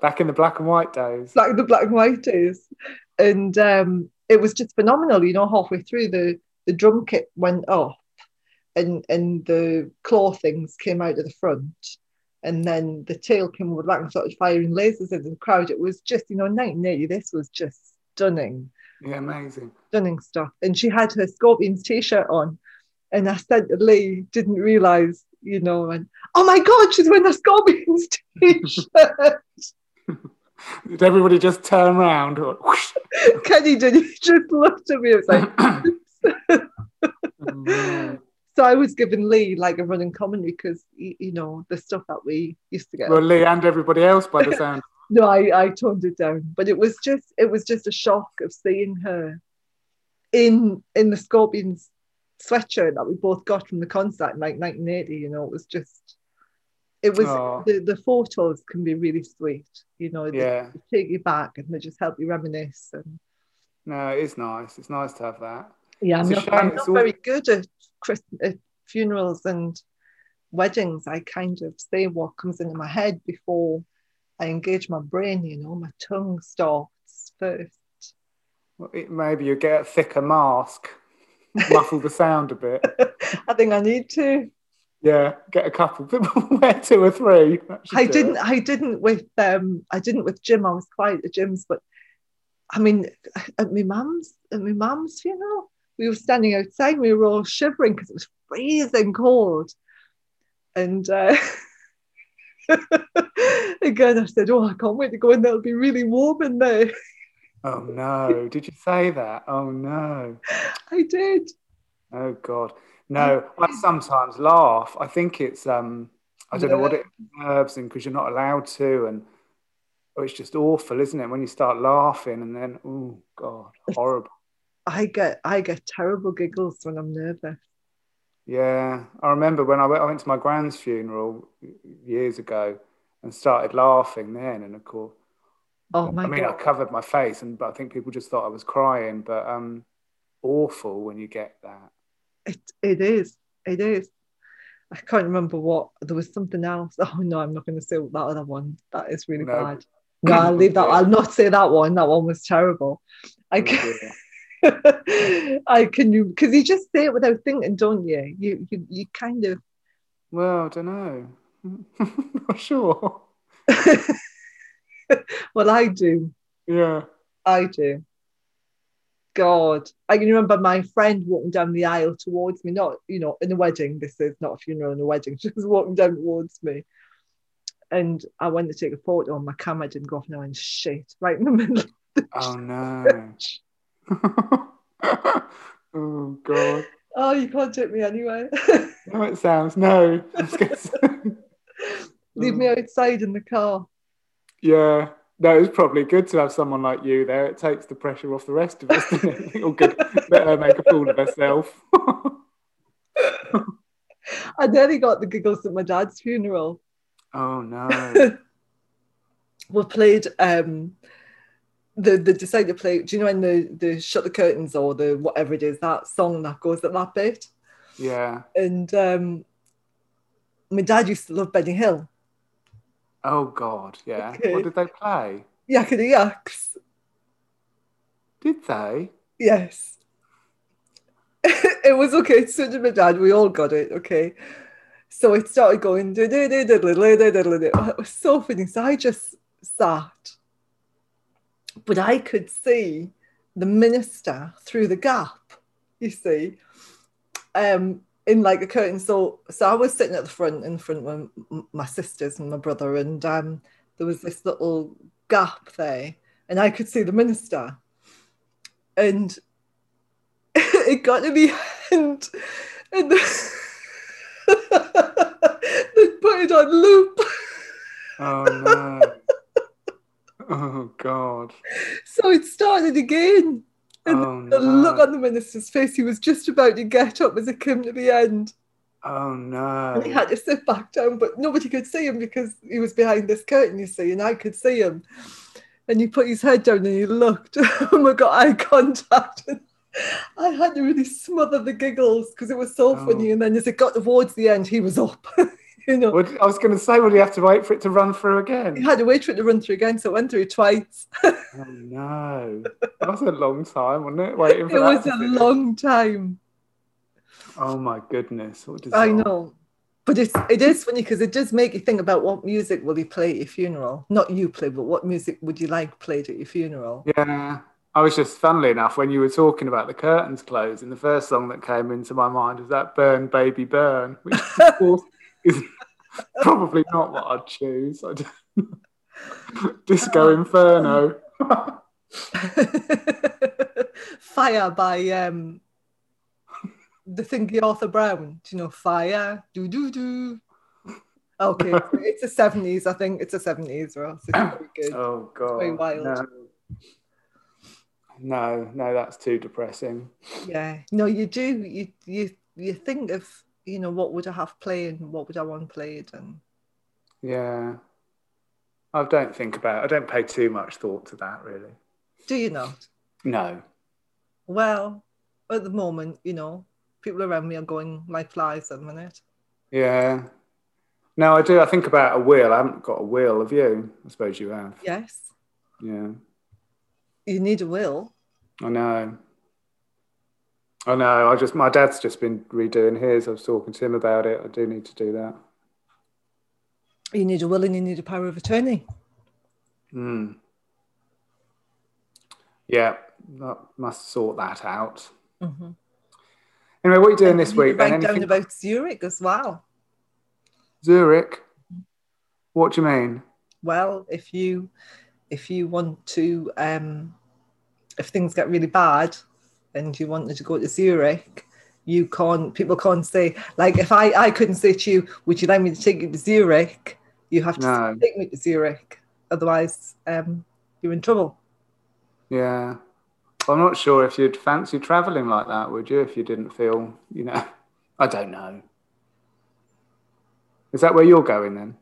Back in the black and white days. like the black and white days. And um, it was just phenomenal, you know, halfway through the, the drum kit went off and and the claw things came out of the front. And then the tail came over like and started firing lasers into the crowd. It was just, you know, 1980, this was just stunning, Yeah, amazing. stunning stuff. And she had her Scorpions t-shirt on. And I said to Lee, didn't realise, you know, and oh my God, she's wearing a Scorpions t-shirt. Did everybody just turn around? Or, whoosh? Kenny did. He just looked at me. It was like, Oh, no. so I was giving Lee like a running commentary because you know the stuff that we used to get. well, Lee and everybody else by the sound. No, I, I toned it down, but it was just it was just a shock of seeing her in in the Scorpions sweatshirt that we both got from the concert in like 1980. You know, it was just it was Oh. the, the photos can be really sweet. You know, they Yeah, take you back and they just help you reminisce. And no, it's nice. It's nice to have that. yeah, I'm It's a not, shame I'm it's not all- very good at, Christ- at funerals and weddings. I kind of say what comes into my head before I engage my brain, you know, my tongue starts first. Well, it- Maybe you get a thicker mask, muffle the sound a bit. I think I need to. Yeah, get a couple. Wear two or three. That should I do it. didn't I didn't with um I didn't with Jim. I was quiet at Jim's, but I mean at my mum's at my mum's funeral, we were standing outside, we were all shivering because it was freezing cold. And uh again I said, Oh, I can't wait to go in there, it'll be really warm in there. Oh no! Did you say that? Oh no! I did. Oh god! No, Mm. I sometimes laugh. I think it's um, I don't know what it nerves and because you're not allowed to, and oh, it's just awful, isn't it? When you start laughing and then oh god, horrible. I get I get terrible giggles when I'm nervous. Yeah, I remember when I went, I went to my grand's funeral years ago and started laughing then, and of course, Oh my I mean, I god. covered my face, and but I think people just thought I was crying, but um, awful when you get that. It it is. It is. I can't remember what there was something else. Oh no, I'm not going to say that other one. That is really No. bad. No, I'll leave that. I'll not say that one. That one was terrible. I Oh, can, dear. I can you because you just say it without thinking, don't you? You you you kind of Well, I don't know. Not sure. well, I do, Yeah. I do. God. I can remember my friend walking down the aisle towards me, not, you know, in a wedding. This is not a funeral in a wedding. She was walking down towards me. And I went to take a photo and my camera didn't go off now and shit, right in the middle of the Oh no. church. oh god. Oh, you can't take me anyway. No, it sounds no. I was gonna say. Leave me outside in the car. yeah. No, it's probably good to have someone like you there. It takes the pressure off the rest of us, doesn't it? All good. Let her make a fool of herself. I nearly got the giggles at my dad's funeral. oh no. we played um the the decide to play do you know when the the shut the curtains or the whatever it is that song that goes at that bit Yeah. and um my dad used to love Benny Hill Oh god. Yeah. Okay. What did they play? yakety yaks Did they? yes it was okay so did my dad we all got it okay so it started going "Do, do, do, do, do, do, do, do, do, do." it was so funny so I just sat but I could see the minister through the gap, you see, um, in like a curtain. So, so I was sitting at the front, in front of m- my sisters and my brother, and um, there was this little gap there, and I could see the minister, and it got to me, and and the, they put it on loop. Oh no. oh god. So it started again. And Oh The no. look on the minister's face, he was just about to get up as it came to the end. oh And he no. had to sit back down, but nobody could see him because he was behind this curtain, you see, and I could see him. And he put his head down and he looked, and we got eye contact. And I had to really smother the giggles because it was so Oh. funny. And then as it got towards the end, he was up, you know. What, I was going to say, would you have to wait for it to run through He again? had to wait for it to run through again, so it went through twice. Oh no, that was a long time, wasn't it? Waiting for It that was to a finish. long time. Oh my goodness, what does I know. But it's, it is funny because it does make you think about what music will you play at your funeral? Not you play, but what music would you like played at your funeral? Yeah, I was just funnily enough when you were talking about the curtains closing, the first song that came into my mind was that "Burn Baby Burn," which of course is probably not what I'd choose. I don't- Oh. Disco Inferno. Oh, Fire by um, the thingy Arthur Brown. Do you know Fire? Do do do. Okay, it's the 70s, I think. It's the 70s, or else it's very good. Oh god, very wild. no, no, no, that's too depressing. Yeah. No, you do. You, you, you think of, you know, what would I have played and what would I want played? And Yeah. I don't think about I don't pay too much thought to that really. do you not? No. Well, at the moment, you know, people around me are going like flies at the minute. Yeah. No, I do. I think about a wheel. I haven't got a wheel, have you? I suppose you have. Yes. Yeah. You need a will. I know. I know. I just my dad's just been redoing his. I was talking to him about it. I do need to do that. You need a will and you need a power of attorney. Mm. Yeah. That must sort that out. Mm-hmm. Anyway, what are you doing this week then? write down Anything about Zurich as well. Zurich? What do you mean? Well, if you if you want to um if things get really bad and you wanted to go to Zurich, you can't people can't say like if I, I couldn't say to you, would you like me to take you to Zurich? You have to say, No. take me to Zurich. Otherwise, um, you're in trouble. Yeah. I'm not sure if you'd fancy travelling like that, would you, if you didn't feel, you know, I don't know. Is that where you're going then?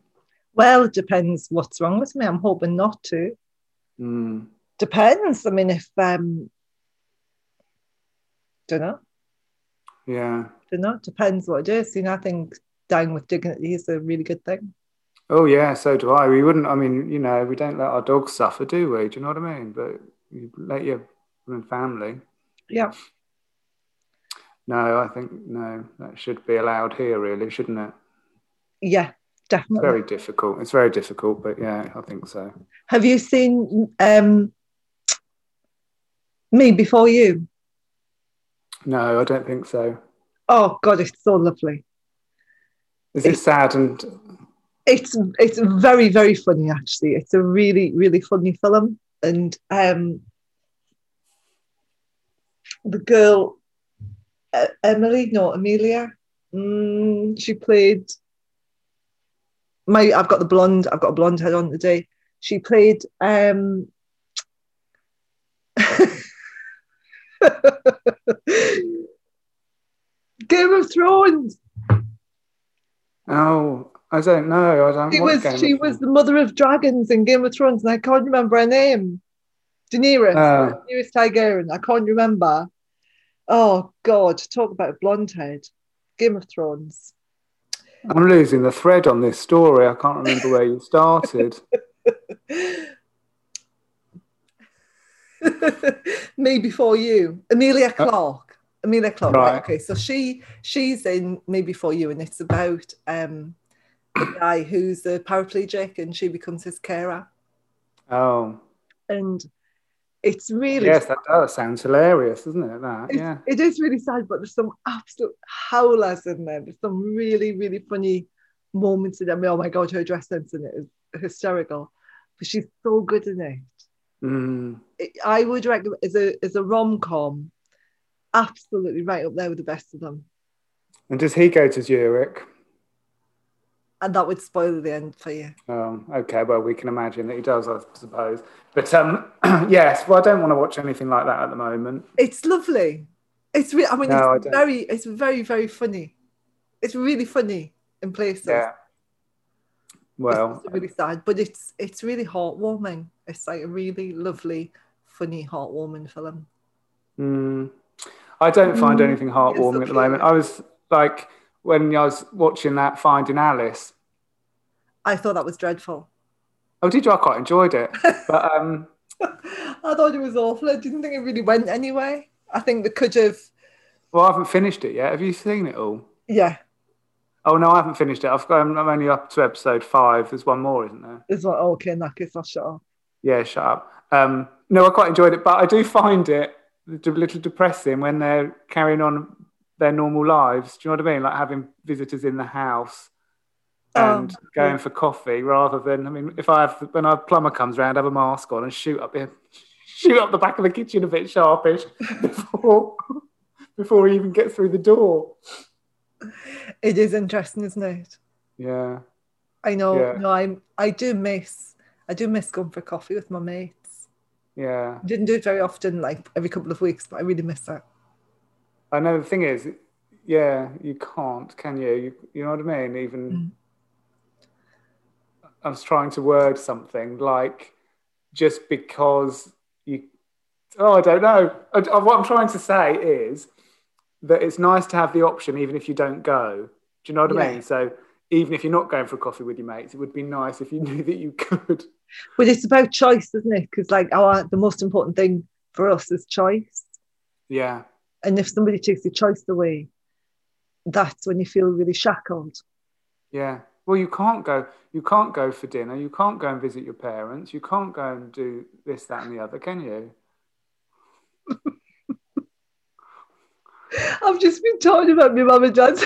Well, it depends what's wrong with me. I'm hoping not to. Mm. Depends. I mean, if um, don't know, Yeah. don't know. Depends what it is. You know, I think dying with dignity is a really good thing. Oh, yeah, so do I. We wouldn't, I mean, you know, we don't let our dogs suffer, do we? Do you know what I mean? But you let your family. Yeah. No, I think, no, that should be allowed here, really, shouldn't it? Yeah, definitely. Very difficult. It's very difficult, but yeah, I think so. Have you seen um, Me before you. No, I don't think so. Oh God, it's so lovely. Is it sad and It's it's very very funny actually. It's a really really funny film, and um, the girl uh, Emily, no Amelia, mm, she played. My I've got the blonde. I've got a blonde head on today. She played. Um, Game of Thrones. oh, I don't know. I don't. She watch was Game she of was Thrones. the mother of dragons in Game of Thrones, and I can't remember her name. Daenerys, Oh. Daenerys Targaryen. I can't remember. Oh God, talk about a blonde head. Game of Thrones. I'm losing the thread on this story. I can't remember where you started. Me before you, Amelia Uh, Clark. Amelia Clark. Right. right. Okay. So she she's in Me Before You, and it's about um, the guy who's a paraplegic, and she becomes his carer, Oh, and it's really yes, that does sound hilarious, doesn't it? That, It's, yeah. It is really sad, but there's some absolute howlers in there. There's some really, really funny moments in it. I mean, oh my God, her dress sense in it is hysterical. But she's so good in it. Mm. It- I would recommend as a as a rom com, absolutely right up there with the best of them. And does he go to Zurich? And that would spoil the end for you. Oh, okay. Well, we can imagine that he does, I suppose. But um, yes, well, I don't want to watch anything like that at the moment. It's lovely. It's really. I mean, No, I it's don't. very. It's very, very funny. It's really funny in places. Yeah. It's Well, really sad, but it's it's really heartwarming. It's like a really lovely, funny, heartwarming film. Mm. I don't find Mm. anything heartwarming Yes, at the okay. moment. I was like, when I was watching that Finding Alice, I thought that was dreadful. oh, did you? I quite enjoyed it. But um, I thought it was awful. I didn't think it really went anyway. I think they could have. well, I haven't finished it yet. Have you seen it all? Yeah, Oh no, I haven't finished it. I've got, I'm I'm only up to episode five. There's one more, isn't there? it's like oh, okay, in that case, I'll shut up. Yeah, shut up. Um, no, I quite enjoyed it, but I do find it a little depressing when they're carrying on their normal lives. Do you know what I mean? Like having visitors in the house and Um, going for coffee rather than. I mean, if I have when our plumber comes round, I have a mask on and shoot up in, shoot up the back of the kitchen a bit sharpish before before he even gets through the door. It is interesting, isn't it? Yeah. I know. Yeah. No, I'm. I do miss. I do miss going for coffee with my mates. Yeah. Didn't do it very often, like every couple of weeks, but I really miss it. I know the thing is, yeah, you can't, can you? You, you know what I mean? Even I was trying to word something like just because you, oh, I don't know. I, I- what I'm trying to say is that it's nice to have the option, even if you don't go. Do you know what I Yeah. mean? So even if you're not going for a coffee with your mates, it would be nice if you knew that you could. But it's about choice, isn't it? Because like our the most important thing for us is choice. Yeah, And if somebody takes your choice away, that's when you feel really shackled. yeah. Well, you can't go. You can't go for dinner. You can't go and visit your parents. You can't go and do this, that, and the other, can you? I've just been talking about my mum and dad's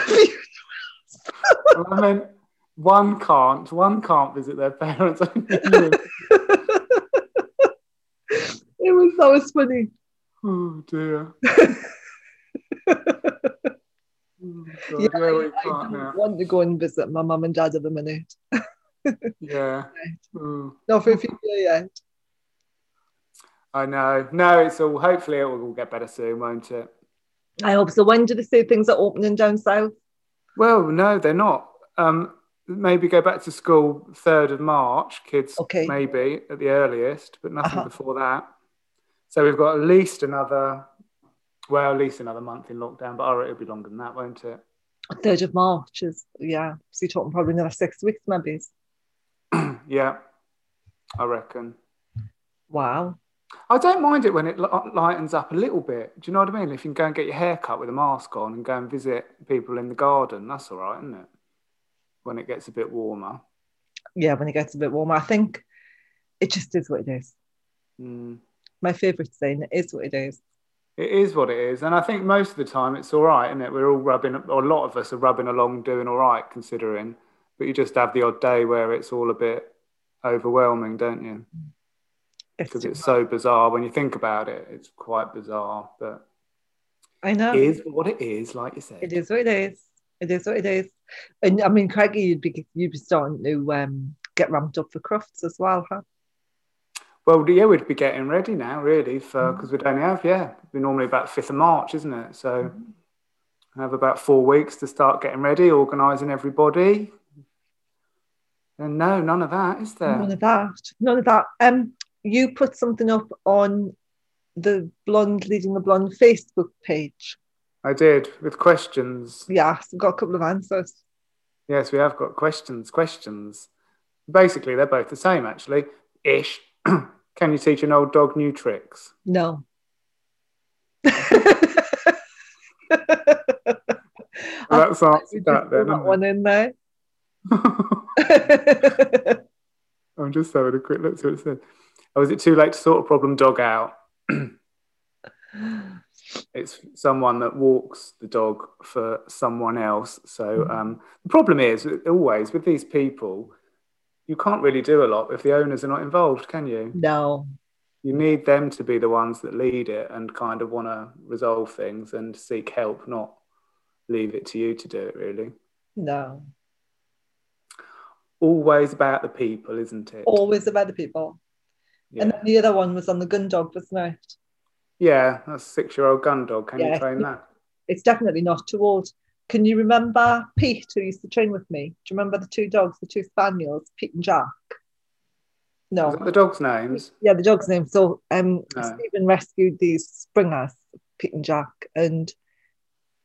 Well, I mean, one can't, one can't visit their parents. It was that was funny. oh dear. Oh, God, Yeah, where we I can't don't now. want to go and visit my mum and dad at the minute. Yeah. Ooh, Not for a few years yet. I know. No, it's all. Hopefully, it will all get better soon, won't it? I hope so. When do they say things are opening down south? Well, no, they're not. Um, maybe go back to school third of March, kids. Okay. Maybe at the earliest, but nothing Uh-huh. before that. So we've got at least another. Well, at least another month in lockdown, but I reckon it'll be longer than that, won't it? Third of March is yeah. So you're talking probably another six weeks, maybe. Yeah, I reckon. Wow. I don't mind it when it li- lightens up a little bit. Do you know what I mean? If you can go and get your hair cut with a mask on and go and visit people in the garden, that's all right, isn't it? When it gets a bit warmer. Yeah, when it gets a bit warmer. I think it just is what it is. Mm. my favourite saying. It is what it is. It is what it is. And I think most of the time it's all right, isn't it? We're all rubbing, or a lot of us are rubbing along, doing all right, considering. But you just have the odd day where it's all a bit overwhelming, don't you? It's, Because it's so bizarre when you think about it. It's quite bizarre, but I know. it is what it is, like you said. Um, It is what it is. It is what it is. And I mean, Craigie, you'd be you'd be starting to um, get ramped up for Crofts as well, huh? Well, yeah, we'd be getting ready now, really, for Mm. because we'd only have yeah, we're normally about fifth of March, isn't it? So Mm-hmm. I have about four weeks to start getting ready, organising everybody. And no, none of that is there. None of that. None of that. Um, you put something up on the blonde leading the blonde Facebook page. I did with questions. Yeah, so I've got a couple of answers. Yes, we have got questions. Questions. Basically, they're both the same, actually. Ish. Can you teach an old dog new tricks? No. That's that's answered that then. That hasn't one in there. it? I'm just having a quick look to what it said. Oh, is it too late to sort a problem dog out? it's someone that walks the dog for someone else. So um, the problem is always with these people, you can't really do a lot if the owners are not involved, can you? no. You need them to be the ones that lead it and kind of want to resolve things and seek help, not leave it to you to do it, really. No. Always about the people, isn't it? Always about the people. Yeah. And then the other one was on the gun dog, wasn't it? Yeah, that's a six year old gun dog. Can Yeah. you train that? It's definitely not too old. Can you remember Pete, who used to train with me? Do you remember the two dogs, the two spaniels, Pete and Jack? No. Is that the dog's names? Yeah, the dog's name. So um, No. Stephen rescued these springers, Pete and Jack, and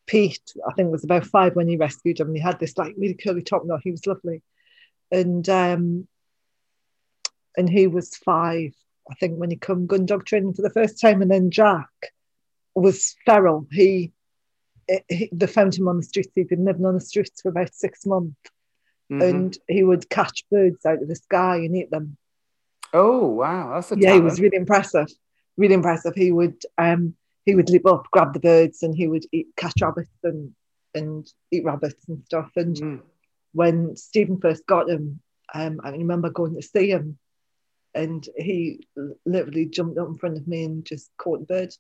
Pete, I think, was about five when he rescued him. And he had this like really curly top knot. He was lovely, and um, and he was five, I think, when he come gun dog training for the first time. And then Jack was feral. He, eh, he they found him on the streets. He'd been living on the streets for about six months, Mhm. and he would catch birds out of the sky and eat them oh wow, that's a yeah, he talent. was really impressive. Really impressive. He would um he would leap up, grab the birds, and he would eat catch rabbits and and eat rabbits and stuff. And Mm. when Stephen first got him, um, I remember going to see him, and he l- literally jumped up in front of me and just caught a bird.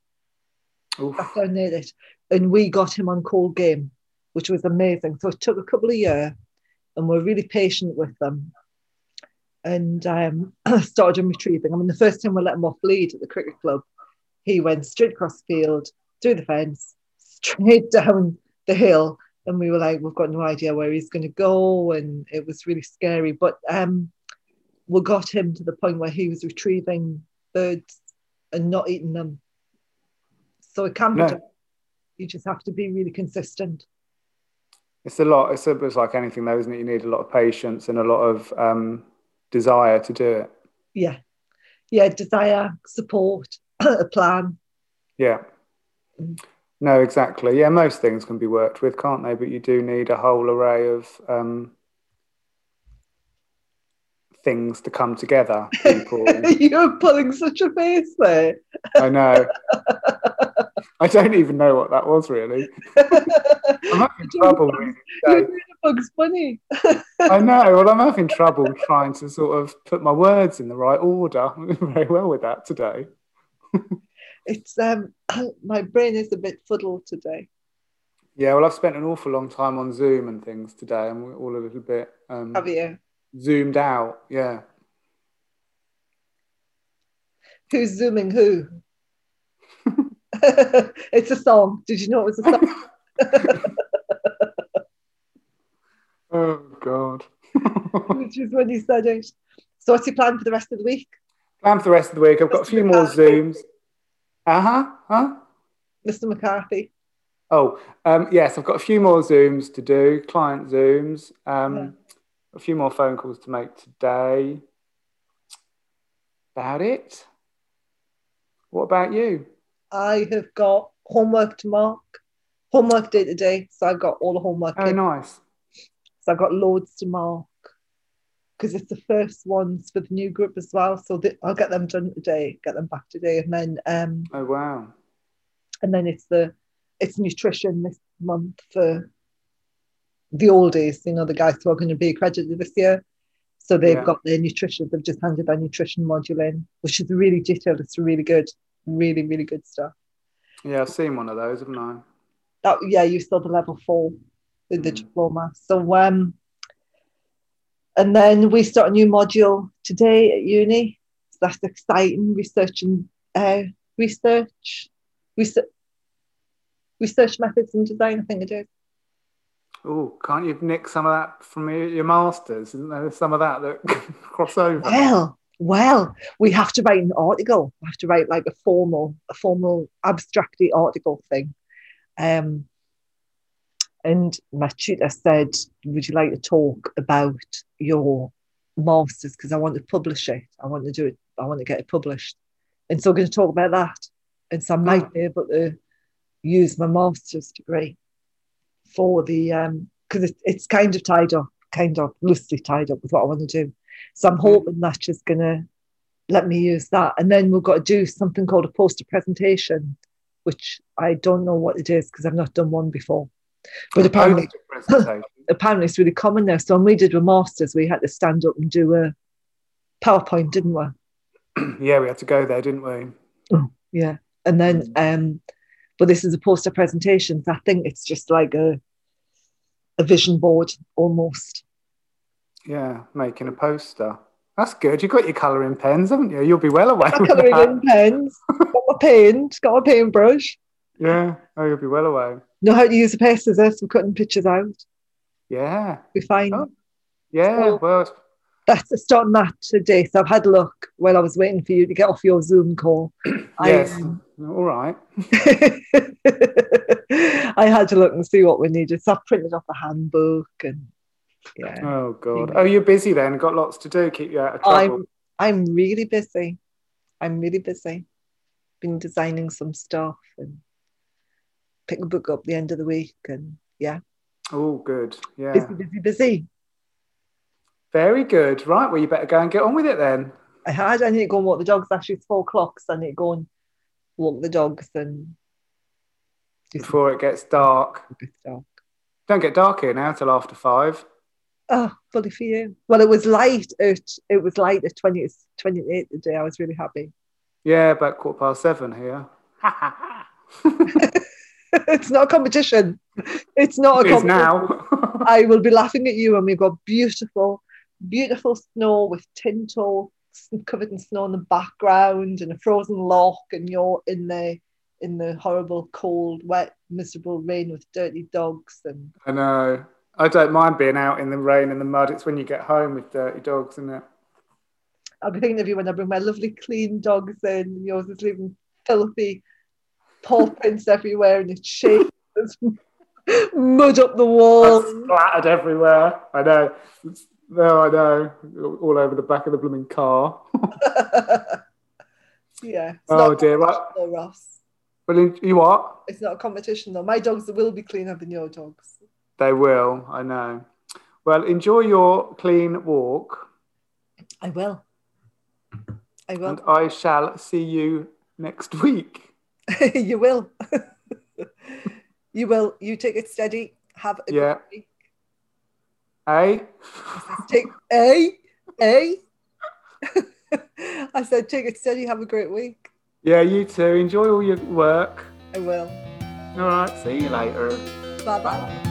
Oof. I donated it, and we got him on cold game, which was amazing. So it took a couple of years, and we're really patient with them. And um, started him retrieving. I mean, the first time we let him off lead at the cricket club, he went straight across the field, through the fence, straight down the hill, and we were like, we've got no idea where he's going to go, and it was really scary. But um, we got him to the point where he was retrieving birds and not eating them. So it can be No. done. You just have to be really consistent. It's a lot. It's, a, it's like anything though, isn't it? You need a lot of patience and a lot of um, desire to do it. Yeah, yeah. Desire, support, a plan. Yeah. Mm. No, exactly. Yeah, most things can be worked with, can't they? But you do need a whole array of um, things to come together. People. You're pulling such a face there. I know. I don't even know what that was really. I'm having trouble with it today. You're doing a Bugs Bunny. I know. Well, I'm having trouble trying to sort of put my words in the right order. I'm doing very well with that today. It's um, my brain is a bit fuddled today. Yeah, well, I've spent an awful long time on Zoom and things today. I'm all a little bit um, Have you? zoomed out. Yeah. Who's zooming who? it's a song. Did you know it was a song? Oh God. Which is when you said it. So what's your plan for the rest of the week? Plan for the rest of the week. I've got a few more Zooms. Uh huh. Huh. Mr. McCarthy. Oh, um, yes, I've got a few more Zooms to do, client Zooms, um, Yeah. a few more phone calls to make today. About it. What about you? I have got homework to mark. Homework day to day. So I've got all the homework. Oh, in. nice. So I've got loads to mark. because it's the first ones for the new group as well. So th- I'll get them done today, get them back today, and then um, Oh wow. and then it's the it's nutrition this month for the oldies. You know, the guys who are going to be accredited this year. So they've Yeah. got their nutrition. They've just handed their nutrition module in, which is really detailed. It's really good, really really good stuff. Yeah, I've seen one of those, haven't I? that yeah, you saw the level four with the Mm. diploma. So um and then we start a new module today at uni. So that's exciting, research and uh, research, research research methods and design, I think it is. Oh, can't you nick some of that from your, your masters? Isn't there some of that that cross over? Well, well, we have to write an article. We have to write like a formal, a formal abstracty article thing. Um, and my tutor said, "Would you like to talk about your masters? Because I want to publish it. I want to do it. I want to get it published." And so I'm going to talk about that. And so I might be able to use my master's degree for the um because it, it's kind of tied up, kind of loosely tied up with what I want to do. So I'm hoping that she's gonna let me use that. And then we've got to do something called a poster presentation, which I don't know what it is because I've not done one before. Oh, But apparently Poster presentation. apparently it's really common now. So when we did a masters, we had to stand up and do a PowerPoint, didn't we? yeah, we had to go there, didn't we? Yeah. And then um but this is a poster presentation. So I think it's just like a a vision board almost. Yeah, making a poster. That's good. You've got your colouring pens, haven't you? You'll be well away. I'm With colouring that. in pens, got my paint, got my paintbrush. Yeah. Oh, you'll be well away. know how to use a pair scissors for cutting pictures out. Yeah. We find Oh. Yeah. So- well, it's- that's starting that today. So I've had a look while I was waiting for you to get off your Zoom call. yes. I, um, All right. I had to look and see what we needed. So I printed off a handbook and yeah. Oh God. Oh, you're busy then. Got lots to do. Keep you out of trouble. I'm I'm really busy. I'm really busy. Been designing some stuff and pick a book up the end of the week and yeah, Oh, good. Yeah. busy, busy, busy. Very good. Right. Well, you better go and get on with it then. I had. I need to go and walk the dogs. Actually, it's four o'clock, so I need to go and walk the dogs and do some Before it gets dark. good stuff. Don't get dark here now till after five. Oh, funny for you. Well, it was light. It it was light at 20, 28 today. I was really happy. Yeah, about quarter past seven here. it's not a competition. It's not a it is competition. now. I will be laughing at you when we've got beautiful, beautiful snow with tinsel covered in snow in the background and a frozen lock, and you're in the in the horrible cold, wet, miserable rain with dirty dogs and I know. I don't mind being out in the rain and the mud. It's when you get home with dirty dogs, isn't it? I'll be thinking of you when I bring my lovely clean dogs in and yours is leaving filthy paw prints everywhere and it's shaking. There's mud up the I'm wall. splattered everywhere. I know. It's- No, I know. All over the back of the blooming car. yeah. It's Oh, not a dear, right. competition though, Ross. Well, you what? It's not a competition though. My dogs will be cleaner than your dogs. They will. I know. Well, enjoy your clean walk, I will. I and will. I shall see you next week. you will. you will. You take it steady. Have a Yeah. Eh? good week. Hey. Take a a. I said, take it steady. Have a great week. Yeah, you too. Enjoy all your work. I will. All right. See you later. Bye bye.